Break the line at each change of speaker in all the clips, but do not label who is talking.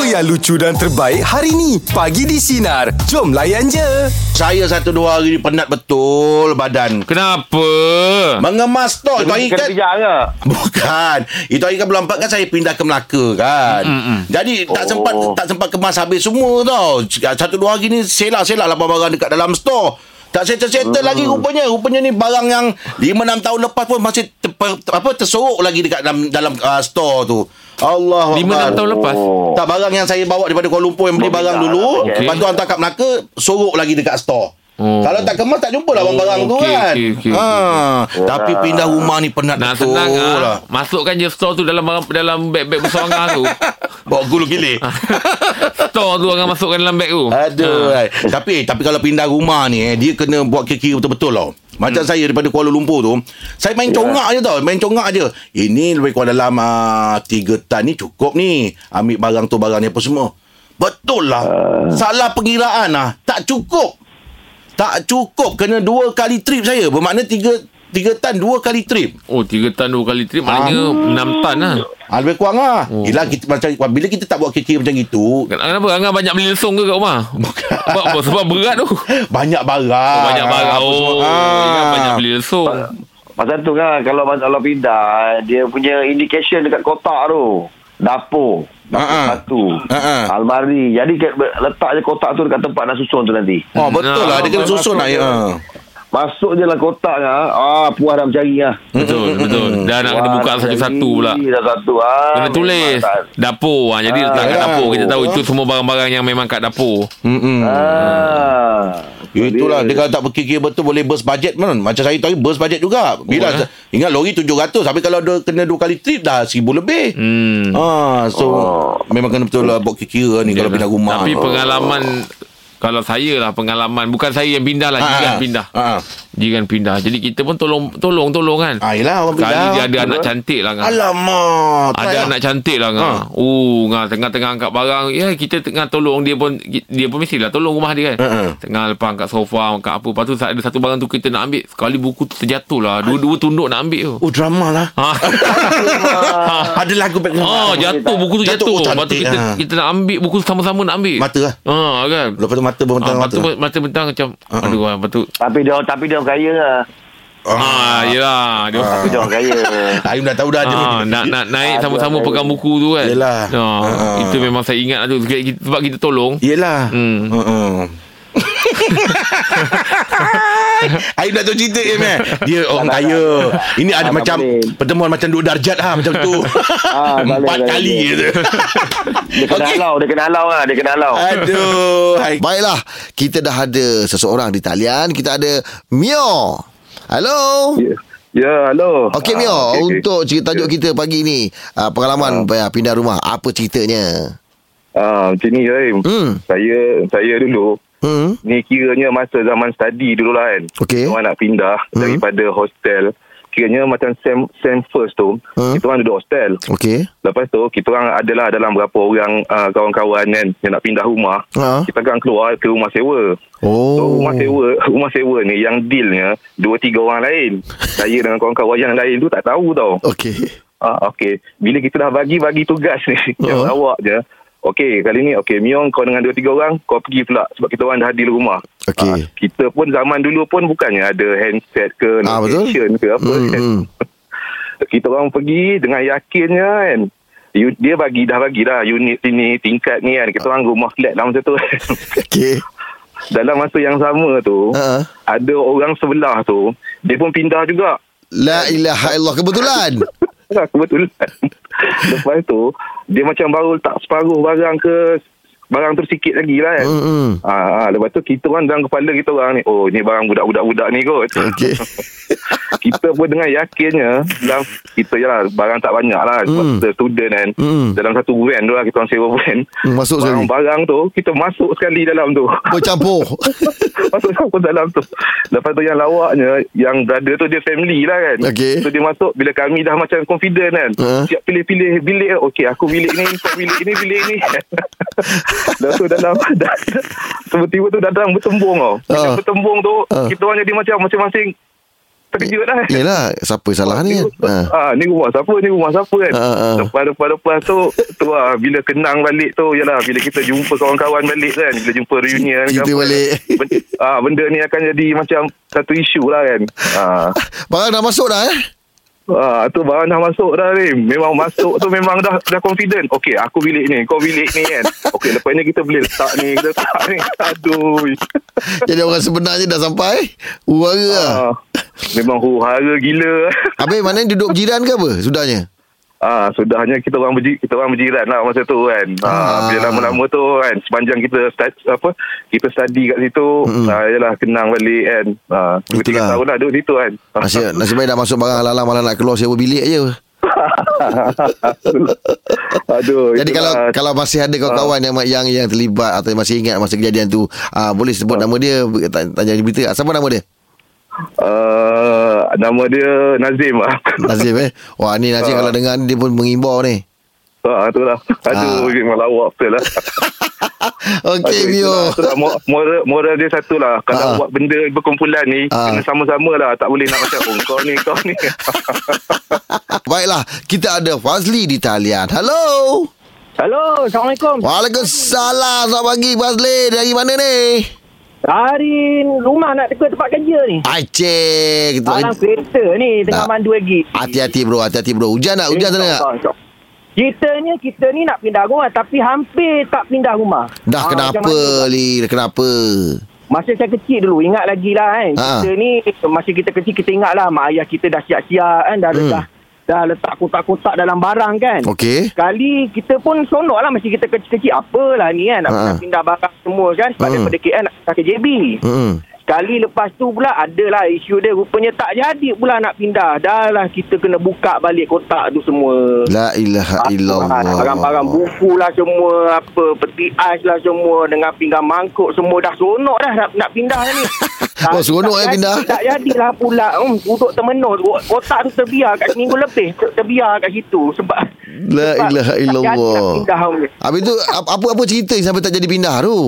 yang lucu dan terbaik hari ni. Pagi di Sinar. Jom layan je.
Saya satu dua hari ni penat betul badan.
Kenapa?
Mengemas tau. Itu hari
Kena
kan...
kerja ke?
Bukan. Itu hari kan bulan 4 kan saya pindah ke Melaka kan.
Mm,
Mm-mm. Jadi tak
Oh.
sempat tak sempat kemas habis semua tau. Satu dua hari ni selak-selak lah barang dekat dalam store. Tak settle-settle lagi
Hmm.
rupanya. Rupanya ni barang yang 5-6 tahun lepas pun masih ter, ter, apa tersorok lagi dekat dalam dalam uh, store tu. Allah
Lima, enam tahun lepas?
Oh.
Tak barang yang saya bawa daripada Kuala Lumpur yang beli barang dulu,
Okey.
okay. lepas tu hantar kat Melaka, sorok lagi dekat store.
Oh.
Oh. Kalau tak kemas tak jumpa lah barang-barang tu
okey,
kan.
okey, okey,
ha, tapi pindah rumah ni penat
Nak
betul
senang ah.
lah.
Masukkan je store tu dalam barang- dalam beg-beg besar angah tu.
Bawa gulu gile.
Store tu angah masukkan dalam beg tu.
Aduh. Ha. Tapi tapi kalau pindah rumah ni eh, dia kena buat kira-kira betul-betul tau. Macam hmm. saya daripada Kuala Lumpur tu, saya main
Ya.
congak je tau, main congak je. Ini lebih kurang dalam uh, tiga tan ni cukup ni. Ambil barang tu barang ni apa semua. Betul
Ha.
lah. Uh. Salah pengiraan lah. Tak cukup. Tak cukup kena dua kali trip saya. Bermakna tiga tiga tan dua kali trip.
Oh, tiga tan dua kali trip maknanya
Ah.
enam tan lah.
Ha, lebih kurang lah. Oh. Yelah, kita, macam, bila kita tak buat kira-kira macam itu,
Ken- Kenapa Angah banyak beli lesung ke kat rumah? Bukan. Sebab, apa? sebab berat tu.
banyak barang.
Oh, banyak barang.
Apa semua.
Oh,
Ah.
Angah banyak beli lesung.
Pasal tu kan kalau kalau pindah dia punya indication dekat kotak tu. Dapur. Dapur
Ha-ha.
satu.
Ha-ha.
Almari. Jadi ke- letak je kotak tu dekat tempat nak susun tu nanti.
Oh betul lah dia kena susun lah ya.
Masuk je lah kotak kan. Ah, puas dah mencari lah.
Betul,
Hmm.
betul. Dah nak kena
Puas
buka
mencari,
satu-satu pula.
Dah satu. Ah,
Kena
memang
tulis
tak-
Dapur ha, Jadi
Ah,
letak kat
yalah.
dapur Kita tahu itu semua barang-barang Yang memang kat dapur
Hmm. Ya,
Ah.
Ya,
Itulah dia kalau tak berfikir betul boleh burst budget pun. Macam saya tahu burst budget juga. Bila
Oh, eh?
ingat lori 700 tapi kalau dia kena dua kali trip dah 1000 lebih.
Hmm
Ah so
Oh.
memang kena betul lah buat kira ni kalau
Yalah.
pindah rumah. Oh.
Tapi pengalaman Kalau saya lah pengalaman Bukan saya yang pindah lah
Ah,
Jiran
ah.
pindah
Ah.
Jiran pindah Jadi kita pun tolong Tolong tolong kan
Ah yelah orang
Kali
pindah.
dia ada anak cantik lah kan
Alamak.
ada
try lah.
anak cantik lah
Ha.
ngah. Oh, ngah tengah-tengah angkat barang. Ya, kita tengah tolong dia pun dia pun mestilah tolong rumah dia kan.
Ha-ha.
Tengah lepas angkat sofa, angkat apa. Lepas tu ada satu barang tu kita nak ambil. Sekali buku tu terjatuh lah. Dua-dua tunduk nak ambil tu.
Oh drama lah.
Ha.
Ada lagu lah. background.
Ah, jatuh buku tu
Jatuh,
jatuh.
oh,
Lepas tu
cantik,
kita
ah.
kita nak ambil buku tu sama-sama nak ambil.
Mata lah.
Ha kan.
Lepas tu mata
Ah,
berbentang mata.
lepas tu mata bentang macam
Ah,
aduh ah, lepas tu
Tapi dia tapi dia orang kaya lah.
ah yalah dia
Tapi dia orang kaya.
Ayum dah tahu dah dia.
Ah, nak nak naik sama-sama pegang buku tu kan.
Yelah. Ah.
Ah, itu memang saya ingat lah tu Sebab kita- sebab kita tolong.
Yelah
Hmm.
hmm. Uh-uh. Aib nak tahu cerita Im eh Dia orang
Tak, tak,
kaya Ini ada
Tak, tak
macam
boleh.
Pertemuan macam dua darjat ha, Macam tu
Ah, tak boleh,
Empat
tak
kali
boleh.
je
Dia kena
Okey.
halau. Dia kena halau lah. Dia kena halau.
Aduh hai.
Baiklah, kita dah ada seseorang di talian. Kita ada Mio. Halo.
Ya, yeah, hello.
Okey Mio, untuk cerita tajuk kita pagi ni, uh, pengalaman uh, pindah rumah, apa ceritanya?
Ah, macam ni Zaim.
Hmm.
Saya saya dulu
Hmm.
ni kiranya masa zaman study dulu lah kan.
Okey.
Orang nak pindah hmm. daripada hostel. Kiranya macam sem sem first tu, hmm.
Hmm.
kita orang duduk hostel.
Okey.
Lepas tu kita orang adalah dalam berapa orang uh, kawan-kawan kan yang nak pindah rumah.
Ha.
Kita akan keluar ke rumah sewa.
Oh.
So, rumah sewa rumah sewa ni yang dealnya dua tiga orang lain. Saya dengan kawan-kawan yang lain tu tak tahu tau.
Okey.
Ah, okey. Bila kita dah bagi-bagi tugas ni, yang
Ha.
awak je. Okey, kali ni okey Miong kau dengan dua tiga orang kau pergi pula sebab kita orang dah deal rumah.
Okey.
Ah, kita pun zaman dulu pun bukannya ada handset ke
Ah, betul.
notification ke apa
Hmm,
kan.
hmm.
Kita orang pergi dengan yakinnya kan. You, dia bagi dah bagi dah unit sini tingkat ni kan. Kita orang rumah flat dalam masa tu. kan.
Okey.
dalam masa yang sama tu
Ha.
ada orang sebelah tu dia pun pindah juga.
La ilaha illallah kebetulan.
Ah, Kebetulan Lepas tu Dia macam baru letak separuh barang ke Barang tu sikit lagi lah kan
Hmm, hmm.
Ah, ah, lepas tu kita orang dalam kepala kita orang ni Oh ni barang budak-budak-budak ni kot
Okey.
Kita pun dengan yakinnya dalam, Kita je lah Barang tak banyak lah Sebab
Hmm.
kita student kan
Hmm.
Dalam satu van tu lah Kita orang sewa van
Hmm, masuk sekali.
Barang-barang tu Kita masuk sekali dalam tu
Bercampur.
Masuk campur dalam tu Lepas tu yang lawaknya Yang brother tu dia family lah kan
Okey.
So dia masuk Bila kami dah macam confident kan
Ha.
Siap pilih-pilih bilik Okey aku bilik ni Kau bilik ni Bilik ni Lepas tu dalam Tiba-tiba tu datang bertembung tau
Ha.
Bila bertembung tu
Ha.
Kita orang jadi macam Masing-masing terkejut lah.
Yelah Siapa salah ni kan
Ah,
ha.
ni rumah siapa ni rumah siapa kan
Ah, ah.
lepas lepas lepas tu tu lah bila kenang balik tu yalah bila kita jumpa kawan-kawan balik kan bila jumpa reunion ke apa,
Cerita
kan,
balik.
benda, ah, benda ni akan jadi macam satu isu lah kan ah,
Barang dah masuk dah eh
ah, tu barang dah masuk dah ni memang masuk tu memang dah dah confident okey aku bilik ni kau bilik ni kan okey lepas ni kita boleh letak ni kita letak ni aduh
Jadi orang sebenarnya dah sampai Uara lah
ah, memang huru-hara gila
Habis mana duduk jiran ke apa Sudahnya
Ah, sudahnya kita orang berji, kita orang berjiran lah masa tu kan.
Ah.
Ah, bila lama-lama tu kan sepanjang kita start, apa kita study kat situ, mm-hmm. ah, yalah kenang balik kan. Ah, dua tiga
Itulah.
tahun lah duduk situ kan.
Nasib, nasib baik dah masuk barang halal malah nak keluar sewa bilik je
Aduh.
Jadi kalau
itulah.
kalau masih
Ah.
ada kawan-kawan yang yang yang terlibat atau yang masih ingat masa kejadian tu, ah boleh sebut nama dia, ta- tanya di berita. Ah, Siapa nama dia?
ah, nama dia Nazim ah.
Nazim eh. Wah, ni Nazim kalau dengar ni dia pun mengimbau ni.
ah, itulah. Aduh,
Ah.
memang lawak betul lah.
Okey,
Aduh,
Mio.
itulah, itulah. Mo- moral, moral dia satu lah.
Ah.
Kalau buat benda berkumpulan ni,
Ah.
kena sama-sama lah. Tak boleh nak macam, oh, kau ni, kau ni.
Baiklah, kita ada Fazli di talian. Hello.
Hello, Assalamualaikum.
Waalaikumsalam. Selamat pagi Fazli. Dari mana ni?
Dari rumah nak dekat tempat kerja ni.
Aceh. Kita
Dalam kereta ni tengah
Tak.
mandu lagi.
Hati-hati bro, hati-hati bro. Hujan tak? Hujan sana tak?
Ceritanya kita ni nak pindah rumah tapi hampir tak pindah rumah.
Dah
Ah, macam
kenapa
mana?
Li? Dah Kenapa?
Masa saya kecil dulu ingat lagi lah kan.
Ha.
Kita ni masa kita kecil kita ingat lah mak ayah kita dah siap-siap kan dah,
Hmm.
dah dah letak kotak-kotak dalam barang kan.
Okey.
Sekali kita pun sonok lah masa kita kecil-kecil apalah ni kan nak
Ha.
pindah- pindah barang semua kan
Hmm.
daripada KL nak pindah ke JB.
Hmm.
Sekali lepas tu pula adalah isu dia rupanya tak jadi pula nak pindah. Dah lah kita kena buka balik kotak tu semua.
La ilaha illallah.
Barang-barang buku lah semua Apa Peti ais lah semua Dengan pinggan mangkuk semua Dah seronok dah Nak, nak pindah ni
Oh, seronok eh
tak
pindah.
jadi, Tak jadilah pula hmm, Duduk termenung Kotak tu terbiar Kat seminggu lebih ter- Terbiar kat situ Sebab
La
sebab
ilaha
tak jadi
illallah.
nak pindah hmm. ni.
Habis tu ap- apa-apa cerita yang sampai tak jadi pindah tu?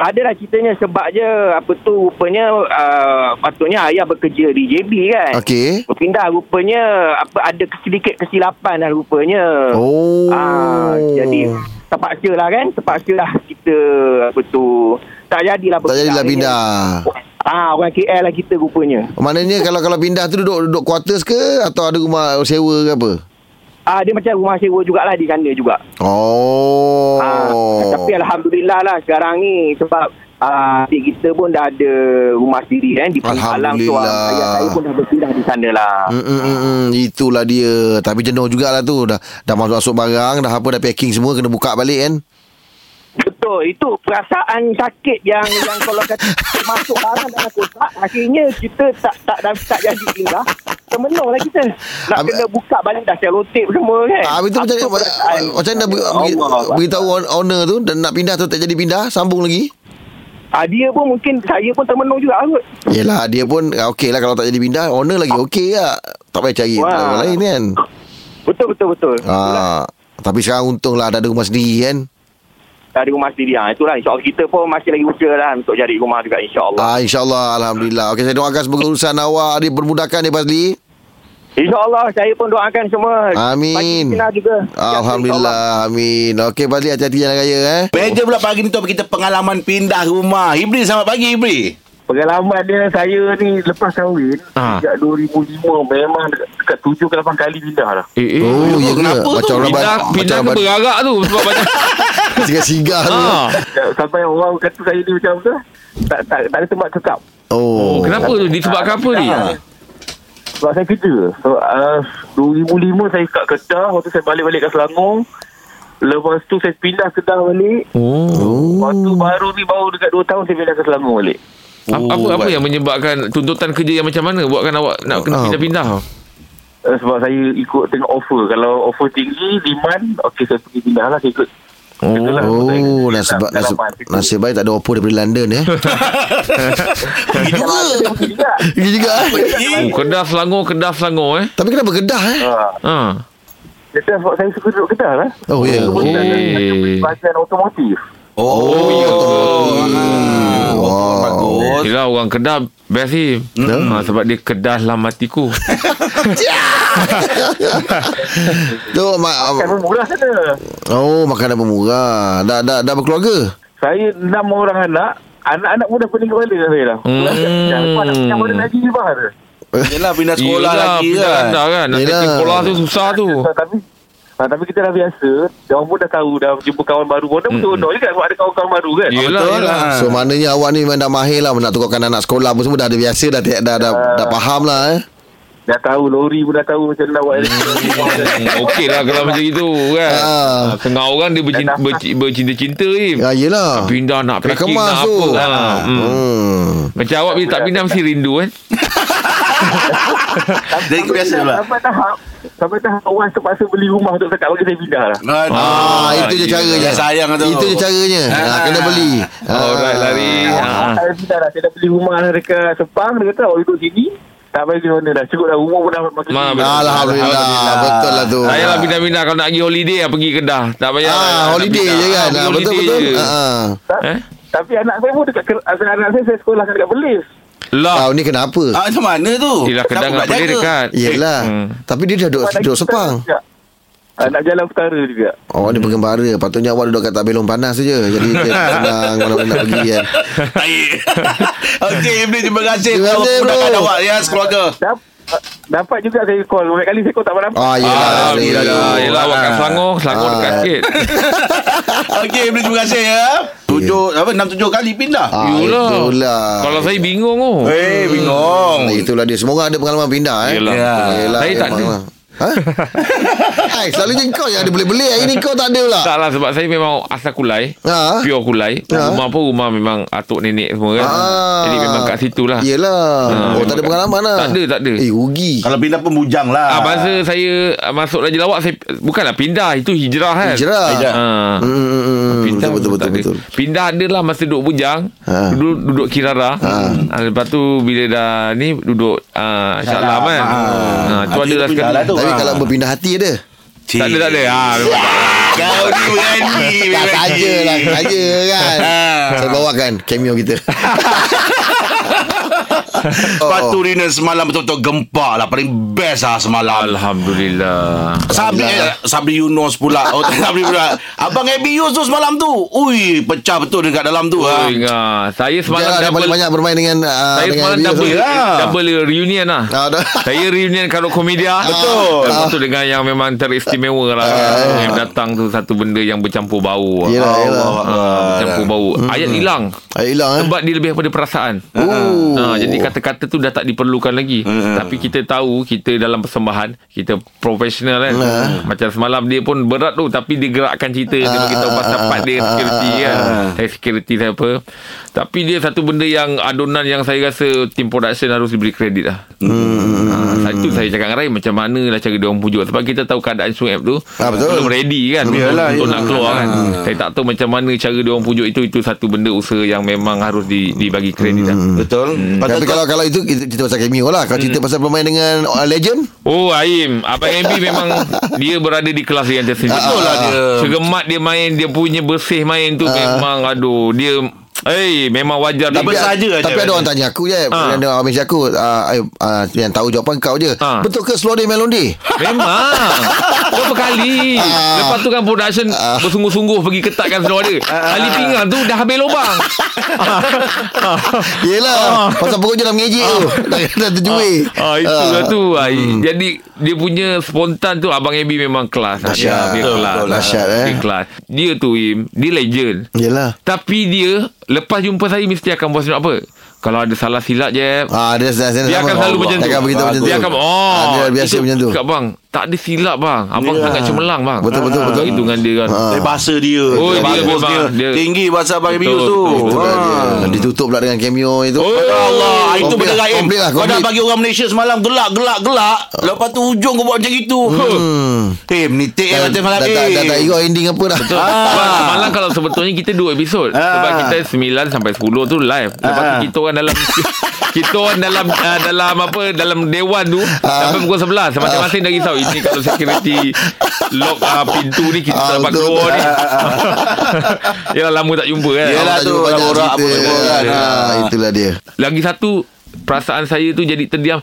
Adalah ceritanya sebab je apa tu rupanya uh, patutnya ayah bekerja di JB kan.
Okey.
Berpindah rupanya apa ada sedikit kesilapan lah rupanya.
Oh.
Ah, jadi terpaksa lah kan terpaksa lah kita apa tu tak jadilah
Tak jadilah pindah.
Ah orang KL lah kita rupanya.
Maknanya kalau kalau pindah tu duduk duduk quarters ke atau ada rumah sewa ke apa?
Ah dia macam rumah sewa jugalah di sana juga.
Oh.
Ah, tapi alhamdulillah lah sekarang ni sebab ah adik kita pun dah ada rumah sendiri kan di Alam tu.
Alhamdulillah.
ah, Ayah saya pun dah berpindah di sana lah.
Mm, mm, mm, mm. Itulah dia Tapi jenuh jugalah tu Dah dah masuk-masuk barang Dah apa dah packing semua Kena buka balik kan
Betul itu perasaan sakit yang yang kalau kata masuk barang dalam kotak akhirnya kita tak tak tak, tak jadi pindah. Termenung lah kita. Nak
Ab-
kena buka balik dah selotip semua kan.
ah, Habis tu macam
Apa perasaan? Ya
Macam mana ber-
Allah Allah.
Beritahu on- owner tu Dan nak pindah tu tak jadi pindah Sambung lagi
Ah, dia pun mungkin saya pun termenung juga kot.
Yelah dia pun ah, Okey lah kalau tak jadi pindah Owner lagi okey lah Tak payah cari
Wah.
orang lain kan
Betul betul betul.
Lah.
ah, Tapi sekarang untung lah Dah ada rumah sendiri kan
Dari rumah sendiri ha. Itulah insyaAllah kita pun masih lagi usaha lah untuk cari rumah juga insyaAllah.
ah, InsyaAllah Alhamdulillah Okey saya doakan semoga urusan awak Dipermudahkan ya Fazli
InsyaAllah saya pun doakan semua. Bagi
Amin
sinar juga.
Alhamdulillah Amin Okey Fazli hati-hati jalan raya eh
Meja pula pagi ni topik kita pengalaman pindah rumah. Ibri selamat pagi Ibri.
Pengalaman dia saya ni lepas kahwin
Ah.
ha. sejak 2005 memang dekat, dekat 7 ke 8 kali pindah lah.
eh.
Oh, ya ke?
kenapa
Macam
tu?
orang
pindah, pindah
ban- macam
ke
orang ban-
berarak tu sebab banyak.
Singgah-singgah tu
ha.
Ya, Sampai orang kata saya ni macam tu tak tak, tak ada tempat cekap
Oh, Ah.
Oh, kenapa tu? Disebabkan apa ni?
sebab saya kerja. So, uh, 2005 saya kat Kedah, waktu saya balik-balik kat Selangor. Lepas tu saya pindah Kedah balik.
Oh.
Waktu baru ni baru dekat 2 tahun saya pindah ke Selangor balik.
Oh,
Apa apa, apa yang menyebabkan tuntutan kerja yang macam mana buatkan awak nak
Ah.
kena pindah-pindah?
Uh, sebab saya ikut tengok offer. Kalau offer tinggi, demand, okey saya pergi pindah lah. Saya ikut Itulah.
Oh, nasib, ba- nasib, nasib baik tak ada Oppo daripada London eh.
Pergi juga.
Tidak.
Pergi juga eh.
Oh, kedah Selangor, kedah Selangor eh.
Tapi kenapa Kedah eh?
Ha.
Ha.
Kedah sebab saya suka duduk Kedah lah.
Oh, ya.
Duduk Kedah dan
Eh.
saya beli bahagian otomotif.
Oh, oh,
Wah.
bagus. Betul.
Yelah orang Kedah Best ni hmm. ha, Sebab dia Kedah dalam hatiku
Tu mak,
Kan pun murah sana.
Oh makanan bermurah Dah dah, dah berkeluarga
Saya enam orang anak. Anak-anak pun dah pening kepala dah saya lah.
Hmm.
Dah lepas nak pindah mana lagi ni bahar.
Yelah pindah sekolah
Yelah,
lagi
pindah
kan.
anda kan Nak
Yelah.
cari sekolah tu susah tu
So, tapi Ah, tapi kita dah biasa Dia pun dah tahu Dah jumpa kawan baru Orang pun mm. juga Sebab ada kawan-kawan baru kan
Yelah,
Betul
yelah.
lah.
So maknanya awak ni memang dah mahir lah Nak tukarkan anak sekolah pun semua Dah ada biasa Dah dah, dah, dah, dah
Ya.
faham lah eh
Dah tahu Lori pun dah tahu Macam mana nak buat
Hmm, Okey lah kalau macam itu kan
Ah.
ha. Tengah orang dia bercinta,
Dah-
berci- bercinta-cinta ni Ha,
Ya yelah
Pindah nak
Kena
packing
kemas
nak
tu
apa ha. hmm.
hmm.
Macam awak bila tak pindah mesti rindu kan
Jadi kebiasa pula.
Sampai
ah.
tahap Sampai tahap Orang terpaksa beli rumah Untuk cakap bagi saya pindah lah
Aduh.
Ah, itu je
iya.
caranya.
ya, Sayang tu.
Itu je caranya. Ha,
Ah.
kena beli. Ha.
Alright lari ha.
Saya pindah dah Saya dah beli rumah Dekat Sepang Dia kata awak
"Oh,
duduk sini Tak payah pergi mana dah Cukup dah rumah pun dah makin
Ma,
tinggi.
betul.
Alhamdulillah. Betul lah tu.
Saya lah pindah-pindah Kalau nak pergi holiday lah, Pergi Kedah Tak payah lah, nak
Ah, holiday
pindah.
je
Ah,
kan.
pergi
Ah, betul
holiday
betul.
je.
Ha. ah.
Tak-
Eh?
Tapi anak saya pun dekat ker- Anak saya saya sekolahkan dekat Perlis
Lah
Tahu ni kenapa?
Ah, macam mana tu?
Yelah
Kenapa
Kedah dengan
pula
dia
jaga?
dekat
Yelah.
Hmm.
Tapi dia dah duduk
Anak
duduk
kita
sepang.
juga. Anak jalan utara juga
Oh, dia penggembara. Patutnya awak duduk kat tak belong panas saja. Jadi dia senang mana-mana nak pergi kan.
Tahi. Okey, Iblis terima kasih.
Terima kasih, bro.
Kepada awak ya sekeluarga.
Dap- Dapat juga saya call Banyak kali saya call tak pernah
Ah, yelah.
Alhamdulillah
Aduh.
Yelah awak kat Selangor Selangor
Ah.
dekat sikit
Okey, Iblis terima kasih ya. Tujuh apa enam tujuh kali pindah.
Ah,
Yulah.
itulah.
Kalau saya bingung oh.
Eh, bingung.
Ah, Itulah dia Semua orang ada pengalaman pindah eh.
Yelah.
ya.
ya.
Ah, Saya tak
memang
ada.
lah. Ha? Hai, selalunya kau yang ada belik-belik Hari ni kau tak ada pula
Tak lah sebab saya memang asal kulai
Ha?
Pure kulai
Ah.
Rumah pun rumah memang Atuk nenek semua kan
Ah. Ya.
Jadi memang kat situ lah
Yelah
Ah,
Oh tak ada
memang-
pengalaman lah
Tak ada, tak ada.
Eh rugi
Kalau pindah pun bujang lah.
Ah, masa saya ah, masuk Raja Lawak saya bukanlah pindah itu hijrah kan.
Hijrah.
Hijrah.
Ah.
Hmm, hmm, hmm.
Pindah pun
Betul betul betul,
tak ada.
betul.
Pindah adalah masa duduk bujang,
Ha.
duduk, duduk Kirara. Ha. lepas tu bila dah ni duduk ah Shah Alam kan.
Ah.
Ha.
Habis tu
tu ada lah
pindah
sekali.
lah tu.
Tapi
Ah.
kalau berpindah hati ada
Cik.
Tak ada tak ada. Ah, memang tak ada.
Kau ni berani.
Tak saja lah Saja kan
Ah.
Saya bawakan cameo kita
Lepas tu Rina semalam betul-betul gempak lah. Paling best lah semalam.
Alhamdulillah.
Sabri eh, Sabri Yunus pula Oh tak Sabri pula Abang Abby Yus tu semalam tu Ui Pecah betul dekat dalam tu
Oh,
ha.
ingat. Saya semalam
Jangan
double,
banyak-banyak bermain dengan ah,
saya
lah, dengan
semalam
Abby
double,
Yus.
lah.
double reunion lah.
Ah, dah.
Saya reunion kalau
Ah.
komedia
Betul.
Lepas tu dengan yang memang teristimewa lah Yang datang tu satu benda yang bercampur bau lah.
Ah. Yelah yelah
Allah
Ah, Bercampur
Akbar.
bau Ayat hilang
Ayat hilang eh
Sebab dia lebih daripada perasaan
Oh.
Ha, jadi kata-kata tu dah tak diperlukan lagi. Tapi kita tahu kita dalam persembahan, kita profesional kan. Macam semalam dia pun berat tu tapi dia gerakkan cerita dia
Ah,
bagi tahu
ah,
pasal
ah,
part dia
ah,
security
ah,
kan. Saya security saya apa. Tapi dia satu benda yang adonan yang saya rasa tim production harus diberi kredit lah. Hmm. Ha, itu saya cakap dengan Rai macam mana lah cara dia orang pujuk sebab kita tahu keadaan Sueb tu
Ah, betul. lah,
belum ready kan untuk,
Yalah, yalah.
untuk
ya.
nak keluar kan.
Ah.
Saya tak tahu macam mana cara dia orang pujuk itu itu satu benda usaha yang memang harus di, dibagi kredit lah.
Betul
Tapi
Patut-
kalau kalau itu kita cerita pasal cameo lah Kalau
Hmm.
cerita pasal bermain dengan uh, legend
Oh Aim Abang MB memang Dia berada di kelas yang tersendiri
Betul lah dia. Ah.
Segemat dia main Dia punya bersih main tu Memang aduh Dia Eh memang wajar
Tak
dia-
besar je
Tapi
aja.
ada orang tanya aku je ha. Yang orang mesti aku uh, uh, Yang tahu jawapan kau je
Ah.
Betul ke slow day melody?
Memang Berapa kali
Ah.
Lepas tu kan production
Ah.
Bersungguh-sungguh Pergi ketatkan seluar dia Kali pinggang tu Dah habis lubang Ha.
Yelah Pasal pokok je dah mengejek tu Dah, dah terjuih
ah, Itulah tu ah,
Hmm.
Jadi Dia punya spontan tu Abang Abi memang kelas
Dahsyat.
Ya, Dia
Betul,
kelas
betul. lah.
Dahsyat, eh.
Dia kelas Dia tu Im Dia legend
Yelah
Tapi dia Lepas jumpa saya Mesti akan buat apa Kalau ada salah silap je
Ah, dia, dia, dia,
Dia akan selalu macam tu
Dia akan beritahu macam tu
Dia akan oh,
Ah, Dia biasa
itu
macam tu lah.
Cakap bang Tak ada silap bang Abang
Yelah.
sangat cemerlang bang
Betul, betul,
Ah,
betul.
Itu dengan dia kan
Ah.
Dari bahasa dia
Oh,
Dari
dia
bagus
memang- dia-
Tinggi bahasa Abang Abby Yus
Betul,
tu
betul,
Itulah
Ah.
dia. Ditutup pula dengan cameo itu
Oh, Allah Itu
Komplit
benda
lah,
gaib
komplit lah,
Kau dah
komplit.
bagi orang Malaysia semalam Gelak gelak gelak Lepas tu hujung kau buat macam itu
Hmm.
Eh menitik eh
Dah
macam malam
dah tak
eh.
dah tak ingat ending apa dah Ah,
Betul. Sebab semalam kalau sebetulnya kita dua episod. Sebab kita 9 sampai 10 tu live. Lepas
Ah.
tu kita orang dalam kita orang dalam uh, dalam apa dalam dewan tu
Ah.
sampai pukul 11 masing-masing dah risau ini kalau security lock uh, pintu ni kita
Ah,
dapat
betul,
keluar ni.
betul.
Yalah lama tak jumpa kan.
Yelah
Awak tak
tu,
jumpa banyak
orang apa
cerita.
semua kan.
Ha,
Ah.
Itulah dia
Lagi satu perasaan saya tu jadi terdiam.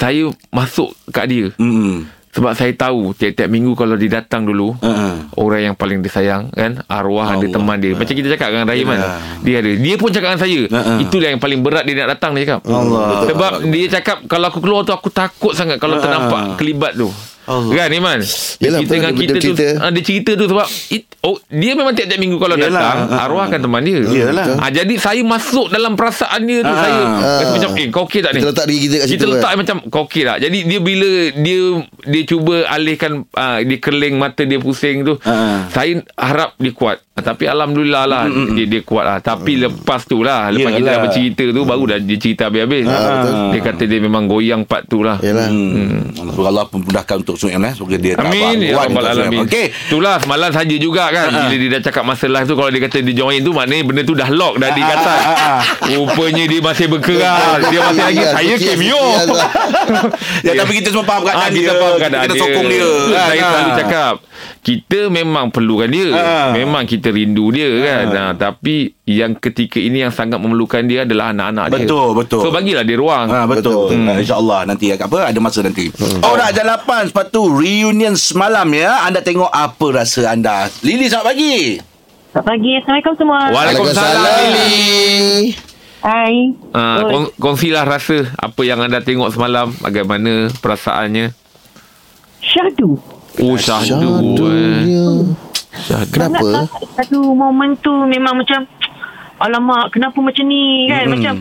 Saya masuk kat dia.
Hmm.
Sebab saya tahu tiap-tiap minggu kalau dia datang dulu,
Ha.
orang yang paling disayang kan, arwah
Allah. Ya.
ada teman dia. Macam kita cakap dengan Rahim kan. Dia ada. Dia pun cakap dengan saya.
Ha, ha.
Itulah yang paling berat dia nak datang dia cakap.
Allah.
Sebab dia cakap kalau aku keluar tu aku takut sangat kalau
Ha.
ternampak kelibat tu. Allah. Kan Iman
Yelah,
Dia cerita
betul,
dengan
dia
kita tu
cerita.
ah, Dia cerita tu sebab it, oh, Dia memang tiap-tiap minggu Kalau
Yelah,
datang
ah,
Arwah akan teman dia
Yelah.
ah, Jadi saya masuk dalam perasaan dia tu
Ah,
Saya
ah.
rasa macam Eh kau okey tak ni
Kita letak diri kita kat situ
Kita
kan?
letak macam Kau okey tak Jadi dia bila Dia dia cuba alihkan ah, Dia keling mata dia pusing tu
Ha.
Ah.
Saya harap dia kuat Ah, Tapi Alhamdulillah lah dia, dia kuat lah Tapi
Mm.
lepas tu lah Lepas kita dah
Yelah.
bercerita tu Baru dah dia cerita habis-habis
Ha, betul. Ya.
Dia kata dia memang goyang part tu lah
Yelah
Hmm. Semoga Allah memudahkan untuk Suhaim eh. Semoga dia
Amin ya
buat
rabbal
untuk Suhaib.
alamin.
Okey. Ha.
Itulah semalam saja juga kan. Bila dia dah cakap masa live tu kalau dia kata dia join tu maknanya benda tu dah lock dah
Ha,
di kata. Rupanya dia masih berkeras. Dia masih lagi
Ya,
saya
sukian,
cameo.
sukian tu.
Ya, tapi kita semua faham keadaan
Ah, kita
dia.
faham keadaan
kita
dia.
sokong dia.
Betul,
kan?
Saya
Ah.
selalu cakap kita memang perlukan dia.
Ah.
Memang kita rindu dia
Ha.
kan. Ah, tapi yang ketika ini yang sangat memerlukan dia adalah anak-anak dia.
Betul, betul.
So bagilah dia ruang.
Ha, betul. betul. Hmm. InsyaAllah nanti agak apa ada masa nanti. Hmm. Oh nak jam 8 Lepas tu reunion semalam ya. Anda tengok apa rasa anda. Lili selamat pagi.
Selamat pagi. Assalamualaikum semua.
Waalaikumsalam. Lily.
Hai.
Ah,
Oi.
kong- kongsilah rasa apa yang anda tengok semalam, bagaimana perasaannya.
Syahdu.
Oh syahdu eh.
Dunia.
Syahdu.
Kenapa?
Sangat sangat Syahdu momen tu memang macam Alamak, kenapa macam ni kan? Mm. Macam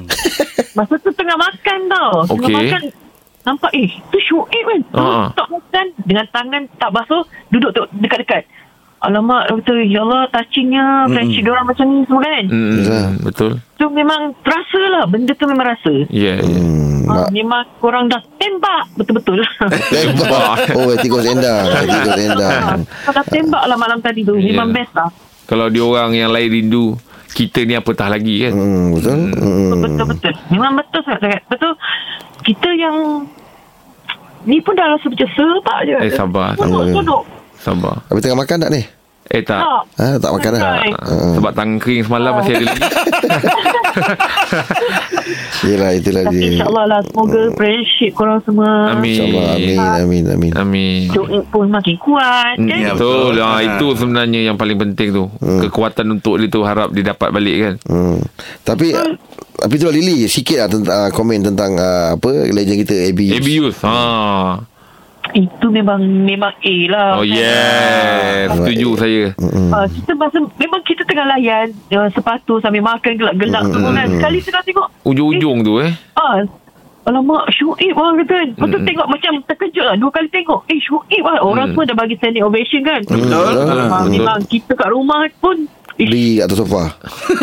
masa tu tengah makan tau.
Hmm.
Tengah
Okey.
makan nampak eh tu syuib kan.
Ha.
Uh-huh. Tak makan dengan tangan tak basuh duduk tu dekat-dekat. Alamak betul ya Allah touchingnya friendship mm. orang macam ni semua kan. Mm.
Hmm, betul.
Tu memang terasa lah benda tu memang rasa.
Ya. Yeah.
Hmm,
Ha,
mak-
memang korang dah tembak betul-betul lah.
Tembak. Oh tikus endang Tikus
Ah,
endang
Kau dah tembak lah malam tadi tu
Ya.
Memang best lah
Kalau dia orang yang lain rindu, kita ni apatah lagi kan.
Hmm, Betul Hmm.
Betul-betul Memang betul sangat sangat Betul Kita yang Ni pun dah rasa macam serba je
Eh, sabar,
Duduk
sabar.
duduk
Sabar.
Habis tengah makan tak ni?
Eh tak.
Tak
Ha, tak makan dah?
Santai.
Ah, Sebab tangan kering semalam masih ada lagi.
Yelah itulah
Tapi
dia
insyaAllah lah Semoga friendship korang semua
Hmm. Amin.
InsyaAllah Amin
Ah.
Amin Amin
Amin.
Doa pun makin kuat
Hmm,
kan?
ya,
betul.
betul.
Ha,
Ah.
itu sebenarnya yang paling penting tu. Kekuatan untuk dia tu harap dia dapat balik kan.
Hmm. Tapi tapi tu Lily sikit lah tentang uh, komen tentang uh, apa legend kita AB.
Abuse. Ha.
Itu memang Memang A lah
Oh yes. Hmm. Setuju saya.
Uh, kita masa memang kita tengah layan uh, sepatu sambil makan gelak-gelak
Hmm,
mm, semua kan. Sekali tengah tengok
Ujung-ujung tu eh.
Ah, alamak Syuib lah kata kan. Lepas tu tengok macam terkejut lah. Dua kali tengok. Eh Syuib lah. Orang semua dah bagi standing ovation kan.
Betul.
Ah, Memang kita kat rumah pun eh,
Di atas sofa.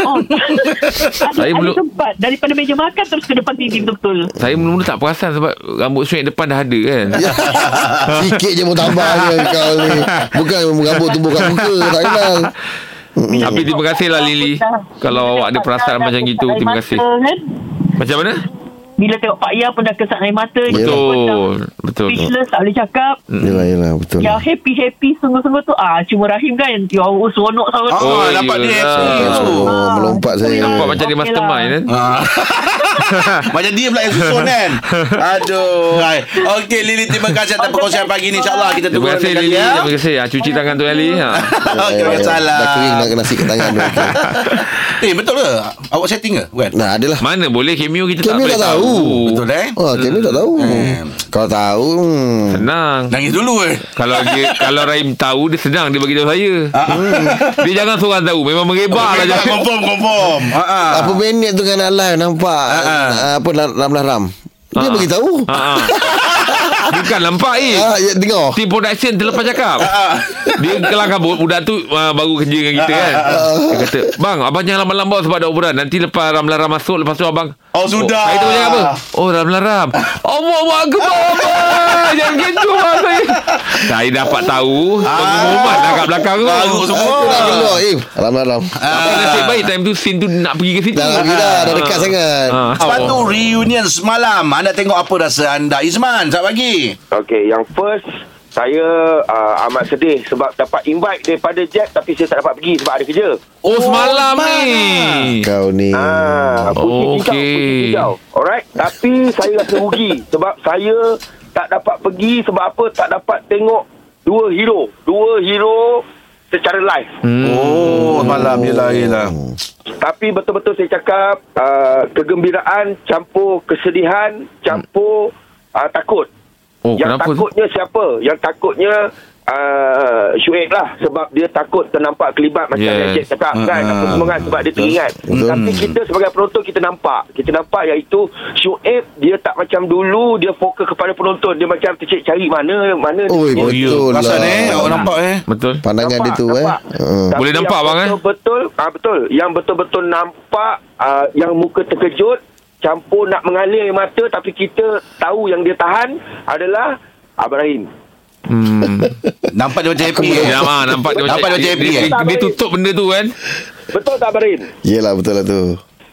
oh. ada,
Saya
ada
belum-
tempat daripada meja makan terus ke depan TV betul-betul.
Saya mula-mula tak perasan sebab rambut suik depan dah ada kan.
sikit je mau tambah je kau ni. Bukan rambut tumbuh kat muka tak kenal.
Tapi terima kasih lah Lily
Ya,
Kalau awak ada perasaan macam gitu Terima kasih
Kan?
Macam mana?
Bila tengok Pak Ya pun dah kesat air mata. dia pun dah
Betul Betul
Speechless tak boleh cakap.
Yelah yelah betul.
Yang happy-happy sungguh-sungguh tu ah cuma Rahim kan. Ya Allah seronok sangat.
Oh,
Oh,
dapat dia
yelah.
happy tu.
Oh,
Ah.
melompat saya.
Nampak macam dia
Okey lah.
mastermind kan
Ah. Macam dia pula yang susun kan Aduh Hai. Okey Lili terima kasih atas perkongsian pagi ni InsyaAllah kita tunggu
Terima kasih
anda
Lily
ya.
Terima kasih Ah, Cuci tangan tu Lily ha.
Okey
Dah kering
Oh, salah
dah kena sikit tangan tu. Okey.
Eh betul ke Awak setting ke Bukan
Nah, adalah.
Mana boleh cameo kita tak
Cameo
boleh
tak tahu.
tahu
Betul eh
Oh, Kemi tak tahu. Kalau tahu, hmm.
Senang
Nangis dulu eh
kalau dia kalau Rahim tahu dia senang dia bagi tahu saya. dia jangan seorang tahu memang merebak lah
Okey,
jangan.
Confirm confirm
Oh.
Ha, ha.
Ah.
apa minit tu kan live nampak
ah.
uh, apa Ram Ram. Dia
Ah.
beritahu.
Ha, ha. Bukan lampak eh.
Ah, ya dengar.
Tim production terlepas cakap
Ah,
Dia kelang kabut Budak tu uh, baru kerja
Ah,
dengan kita kan Dia kata Bang abang jangan lama-lama sebab ada obrolan Nanti lepas Ramlaram masuk Lepas tu abang
Oh, sudah.
Saya tahu cakap apa Oh Ramlaram Allah Allah akbar abang Jangan gitu abang saya Saya dapat tahu
Ah.
Pengumuman dah kat belakang tu
Baru semua
Ah.
Aku dah keluar eh. Ram Ram.
Ah.
Tapi nasib baik time tu Scene tu nak pergi ke situ
Dah lagi dah, dah dekat sangat.
Ah.
Lepas tu reunion semalam Anda tengok apa rasa anda Izman Selamat pagi
Okay, yang first Saya uh, amat sedih sebab dapat invite daripada Jack tapi saya tak dapat pergi sebab ada kerja.
Oh, semalam ni.
Kau ni
Ah,
Oh.
pusing okay.
Okey.
pusing hijau. Alright, tapi saya rasa rugi sebab saya tak dapat pergi sebab apa? Tak dapat tengok dua hero. Dua hero secara live.
Oh, malam je lah. yelah.
Tapi betul-betul saya cakap uh, kegembiraan campur kesedihan, campur uh, takut.
Oh,
Yang
kenapa?
takutnya siapa? Yang takutnya uh, Syuib lah sebab dia takut ternampak kelibat macam
Yes.
yes. Jack cakap kan
Ah,
apa semua kan sebab dia teringat. Tapi kita sebagai penonton kita nampak. Kita nampak iaitu Syuib dia tak macam dulu dia fokus kepada penonton. Dia macam tercik cari mana mana
Oi
dia-
betul lah
Perasan eh, awak nampak eh.
Betul.
Pandangan dia tu eh Ah.
Tapi
Boleh
yang
nampak, bang, eh?
Betul, ah, betul. Yang betul-betul nampak, ah, yang muka terkejut, campur nak mengalir air mata tapi kita tahu yang dia tahan adalah Abang Rahim.
Hmm.
Nampak dia macam happy eh.
Ya, Ma, nampak dia macam,
Nampak dia macam happy
dia,
eh.
dia, dia tutup benda tu kan.
Betul tak Abang Rahim?
Yelah betul lah tu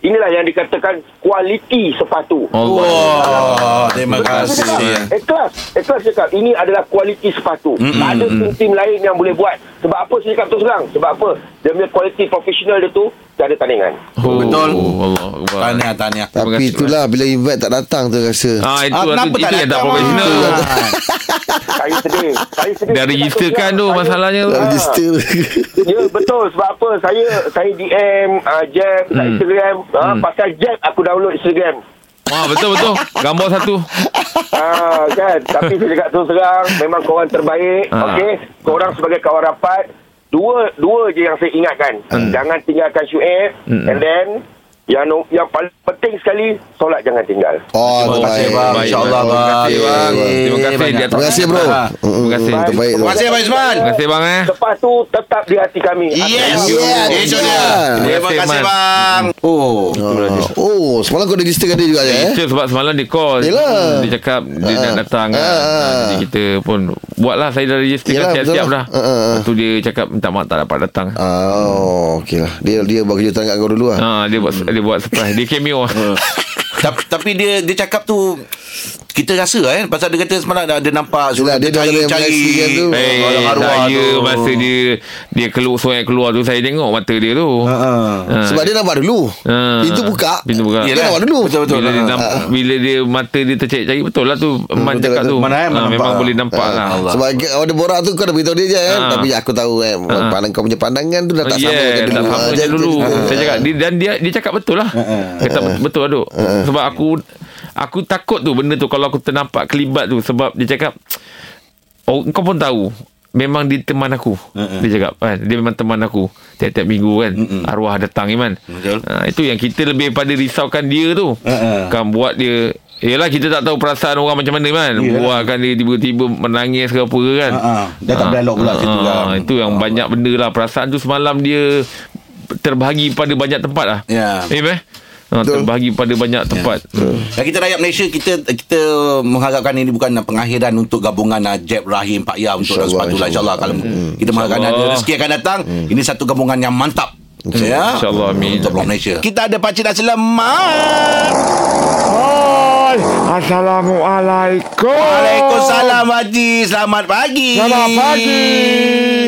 Inilah yang dikatakan kualiti sepatu.
Allah.
Wah, Ah, terima
Betul tak
kasih.
cakap?
ya.
Ikhlas Ikhlas cakap Ini adalah kualiti sepatu mm Tak ada tim-tim lain yang boleh buat Sebab apa saya cakap terus terang Sebab apa Dia punya kualiti profesional dia tu Tak ada tandingan
Oh,
Betul.
Allah.
Tahniah, tahniah.
Terima
Tapi
kasih,
itulah Bila invite tak datang tu rasa
Ah,
Ah,
itu, ah,
kenapa
itu, itu
tak
yang tak
datang,
profesional.
Mak?
Saya sedih Saya sedih
Dah
Saya
registerkan
tak
tu
tahu.
masalahnya.
Tak
Ah.
register
Ya betul sebab apa saya saya DM uh, Jeb
Mm.
hmm. Instagram uh, hmm. pasal Jeb aku download Instagram.
Ah, betul betul. Gambar satu.
Ah kan tapi saya cakap terus terang memang korang terbaik.
Ah.
Okey, korang sebagai kawan rapat dua dua je yang saya ingatkan. Jangan tinggalkan Syuib
Hmm.
and then yang no- yang paling penting sekali solat jangan tinggal.
Oh
Terima kasih,
terbaik.
bang. InsyaAllah,
Terima
bang.
kasih,
bang. Terima kasih,
Banyak.
dia atas-
Terima kasih bro
Ah.
Mm-mm,
kasih.
Terbaik tu
Terima kasih, Abang Isman.
Terima kasih bang eh.
Sepatu tetap di hati kami.
Yes.
Yeah,
Itu
yeah.
dia.
Terima
Terima
kasih, Hmm.
kasih,
Man.
bang. Oh.
Ah. Oh semalam kau registerkan dia juga je eh
Teacher sebab semalam dia call
Yelah.
Dia cakap Dia
Ah.
nak datang kan.
Ah.
Ah, Jadi kita pun Buatlah saya dah register
Yelah,
kan, Siap-siap
betul
dah
lah. Ah, ah, ah.
Lepas tu dia cakap Minta maaf tak dapat datang
Oh okey lah Dia dia buat kejutan kat kau dulu lah
Ah, dia buat dia buat surprise. Dia cameo.
Tapi, tapi dia dia cakap tu kita rasa eh pasal dia kata semalam dia, dia nampak
Yelah, dia dah kena menyaksikan tu.
Eh,
orang arwah
saya
tu.
masa dia dia keluar sungai keluar tu saya tengok mata dia tu. Ha.
Ah.
Ha.
Sebab dia nampak dulu
Ah.
Pintu buka
Pintu buka.
Dia
Yelah.
nampak dulu
Betul-betul.
bila dia
Ah,
nampak, bila dia mata dia tercari-cari betul lah tu Man
betul
cakap
lah
tu.
tu.
Mana eh,
Ah,
mana
memang
nampak.
boleh nampak lah.
Allah. Sebab order borak tu kau dah beritahu dia je kan.
Ah.
Tapi aku tahu kan
Ah.
pandang kau punya pandangan tu dah tak sama
Oh, yeah,
macam
tak
dulu.
sama
Ah,
macam
jadi- Ah,
dulu.
jadi-
Saya cakap dia, dan dia dia cakap betul lah. Kata betul lah
ah,
duk. Sebab aku aku takut tu benda tu kalau aku ternampak kelibat tu sebab dia cakap oh, kau pun tahu memang dia teman aku.
Ah,
Dia cakap kan dia memang teman aku tiap-tiap minggu kan arwah datang Iman.
Betul.
Ha, itu yang kita lebih pada risaukan dia tu.
Ah,
Ha-ha.
Kan buat dia Yelah kita tak tahu perasaan orang macam mana kan Buahkan dia tiba-tiba menangis ke apa kan
Ah,
Ha-ha. Dia Ah, tak berdialog pula situ
ha,
kan.
Itu yang banyak benda lah Perasaan tu semalam dia Terbahagi pada banyak tempat lah
Ya.
Eh meh ha, Terbahagi pada banyak tempat yeah.
Dan kita rakyat Malaysia kita kita mengharapkan ini bukan pengakhiran untuk gabungan Najib Rahim Pak Ya untuk
InsyaAllah,
dan sepatutlah insyaallah Hmm. kalau Hmm. kita mengharapkan ada
InsyaAllah.
rezeki akan datang ini satu gabungan yang mantap. Ya.
InsyaAllah, amin.
Untuk Blok Malaysia. Kita ada Pakcik dah selamat.
Hai Assalamualaikum
Oh. Waalaikumsalam Haji. Selamat pagi.
Selamat pagi.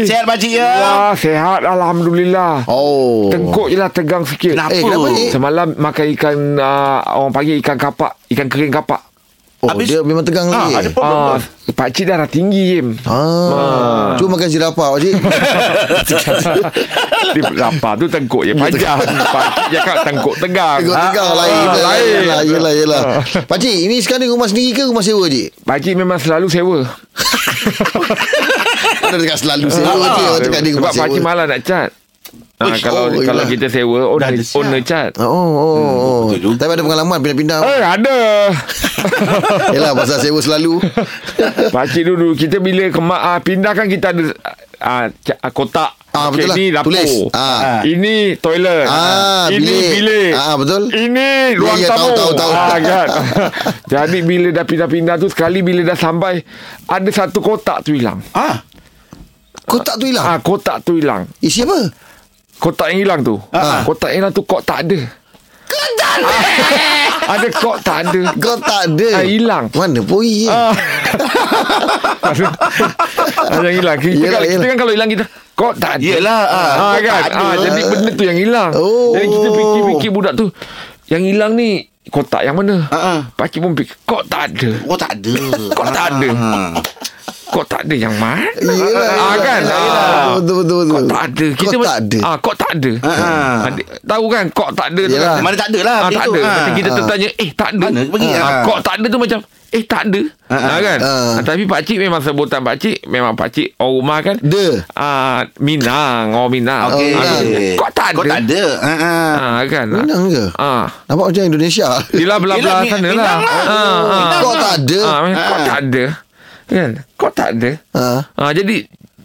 Sihat Pakcik ya.
Ya sehat Alhamdulillah
Oh.
Tengkuk je lah tegang sikit
Kenapa?
Eh, kenapa ni?
Semalam makan ikan uh, Orang panggil ikan kapak Ikan kering kapak
Oh,
Habis-
dia memang tegang
Ah,
lagi.
ada
eh.
Ah, Pakcik dah dah tinggi Jim
Ah. Cuma makan sirapa Pak Cik.
Dia lapar tu tengkuk je panjang Pakcik cakap tengkuk tegang
Tengok tegang
Ah,
lain.
ah,
Yelah,
lain.
Yelah, yelah, yelah. Pak Cik, ini sekarang rumah sendiri ke rumah sewa Cik?
Pakcik memang selalu sewa
Oh, Kau dah dekat selalu sewa
Ah,
Cik. Orang oh, cakap dia
Ah, Sebab
rumah sewa.
pakcik malas nak cat Ah,
Uish,
kalau
oh,
kalau
yelah.
kita sewa
Dah
owner,
ada siap.
owner cat.
Oh, oh, oh.
betul juga.
Tapi ada pengalaman pindah-pindah.
Eh ada.
Yelah, pasal sewa selalu.
Pakcik dulu Kita bila kema, uh, pindah kan kita ada uh, uh, kotak
Ah,
Okey,
betul lah.
Ini dapur
Tulis. Ah.
Ah. Ini toilet
Ah,
Ini
bilik.
bilik,
Ah, betul.
Ini ruang
ya,
tamu
tahu, tahu, tahu.
Ah, kan? Jadi bila dah pindah-pindah tu Sekali bila dah sampai Ada satu kotak tu hilang
Ah.
Kotak tu hilang.
ah, Kotak tu hilang
Isi apa? Ha.
Ha.
Kotak yang hilang tu ah. Kotak yang hilang tu Kok tak ada
Ada kok tak ada
Kau tak ada
Ah, hilang. Ah.
Mana poi uh,
Ada ada yang hilang Kita,
Yelah,
yelah, kita
yelah.
kan kalau hilang kita Kok tak ada
Yelah, ah,
ah,
kok
kan?
tak ada.
ah, Jadi benda tu yang hilang
Oh.
Jadi kita fikir-fikir budak tu Yang hilang ni Kotak yang mana
Ha,
Ah, ah.
Pakcik pun fikir Kok tak ada
Kau tak ada
Kau tak ada. Kok tak ada yang mana
Yelah
Ah,
yelah,
kan?
yelah,
Ah.
yelah. Betul betul betul
Kok tak ada
Kau
mas-
tak ada
ah, Kok tak ada
Ah, ah.
Adik, Tahu kan Kok tak ada tu
Yelah.
kan?
Mana tak ada lah
Ah,
benda
tak
tu.
ada.
Ah.
Macam kita tertanya, eh tak ada.
Mana pergi?
Ah,
Ah.
Kok tak ada tu macam, eh tak ada.
Ah, ah.
Ah, kan?
Ah.
Ah, tapi pakcik memang sebutan pakcik. Memang pakcik orang rumah kan.
Dia.
Ah, Minang. Orang Minang.
Okey.
Ah, Kok tak ada?
Kau tak ada ha, ha.
Ah, kan?
Minang ke?
Ah.
Nampak macam Indonesia
Yelah belah-belah
Yelah, Mi-
sana lah.
Minang lah.
Ah, ah.
Kau tak ada
Ah, Kok tak ada? Kan? Kok tak ada?
Ha.
Ah.
Ah, jadi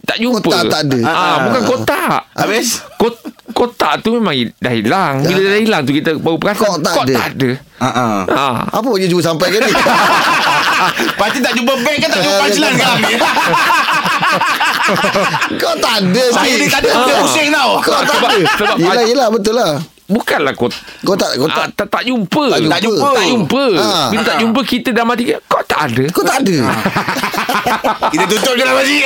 tak jumpa.
Kotak tak ada.
Ah, bukan kotak.
Habis
Kot, kotak tu memang hi- dah hilang. Bila dah hilang tu kita baru perasan
Kok tak
kok
ada.
tak ada.
Ah,
ha, ha.
Ha.
Apa dia jumpa sampai ke ni
Pakcik tak jumpa bank kan tak jumpa punchline kan
Kau tak ada
Saya ni
Sik.
tak ada Dia pusing tau
Kau tak
Sebab-
ada
sebab-
Yelah yelah betul lah
Bukanlah kot
Kau tak Kau
Ah, tak,
tak
tak jumpa.
Tak jumpa. Ha.
Tak jumpa.
Ah.
Bila tak jumpa kita dah mati kan, kok tak ada.
Kau tak
Ah.
ada
Kita tutup je lah pakcik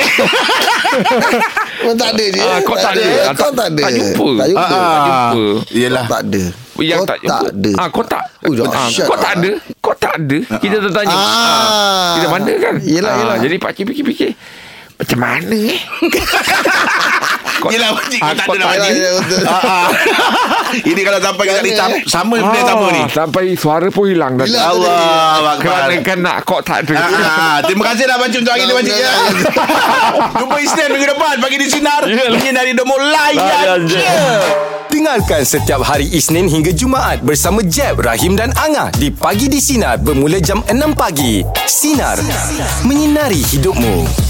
Kau tak ada je
Ah, kau tak ada. Ah,
Kau tak ada
tak jumpa.
Tak
Ha,
jumpa
ha.
jumpa.
Yelah
Tak ada
Yang
Kau
tak jumpa.
ada
Ah, kau tak.
Oh,
ah,
dahsyat.
kau tak ada. Kau tak ada. Kita tertanya.
Ah.
Ah. Kita mana kan?
Yelah,
Ah,
yelah.
Jadi pakcik fikir-fikir. Macam mana eh? Kau-
Yelah pakcik Kau
Ah,
tak
kau
ada lah
tak
Yelah,
pakcik
yelah, betul.
Ha, ha. Ini kalau sampai kat ni sam- Sama benda sama ni
Ha, Sampai suara pun hilang dah.
Hilang.
Allah Akbar
Ah. Kerana kan nak kok tak ada.
Ah, ah. Terima kasih dah Pakcik Untuk hari ni Pakcik ya. Jumpa Isnin minggu depan Pagi di Sinar Menyinari Demo Layan je
Dengarkan setiap hari Isnin hingga Jumaat bersama Jeb, Rahim dan Angah di Pagi di Sinar bermula jam 6 pagi. Sinar, menyinari hidupmu.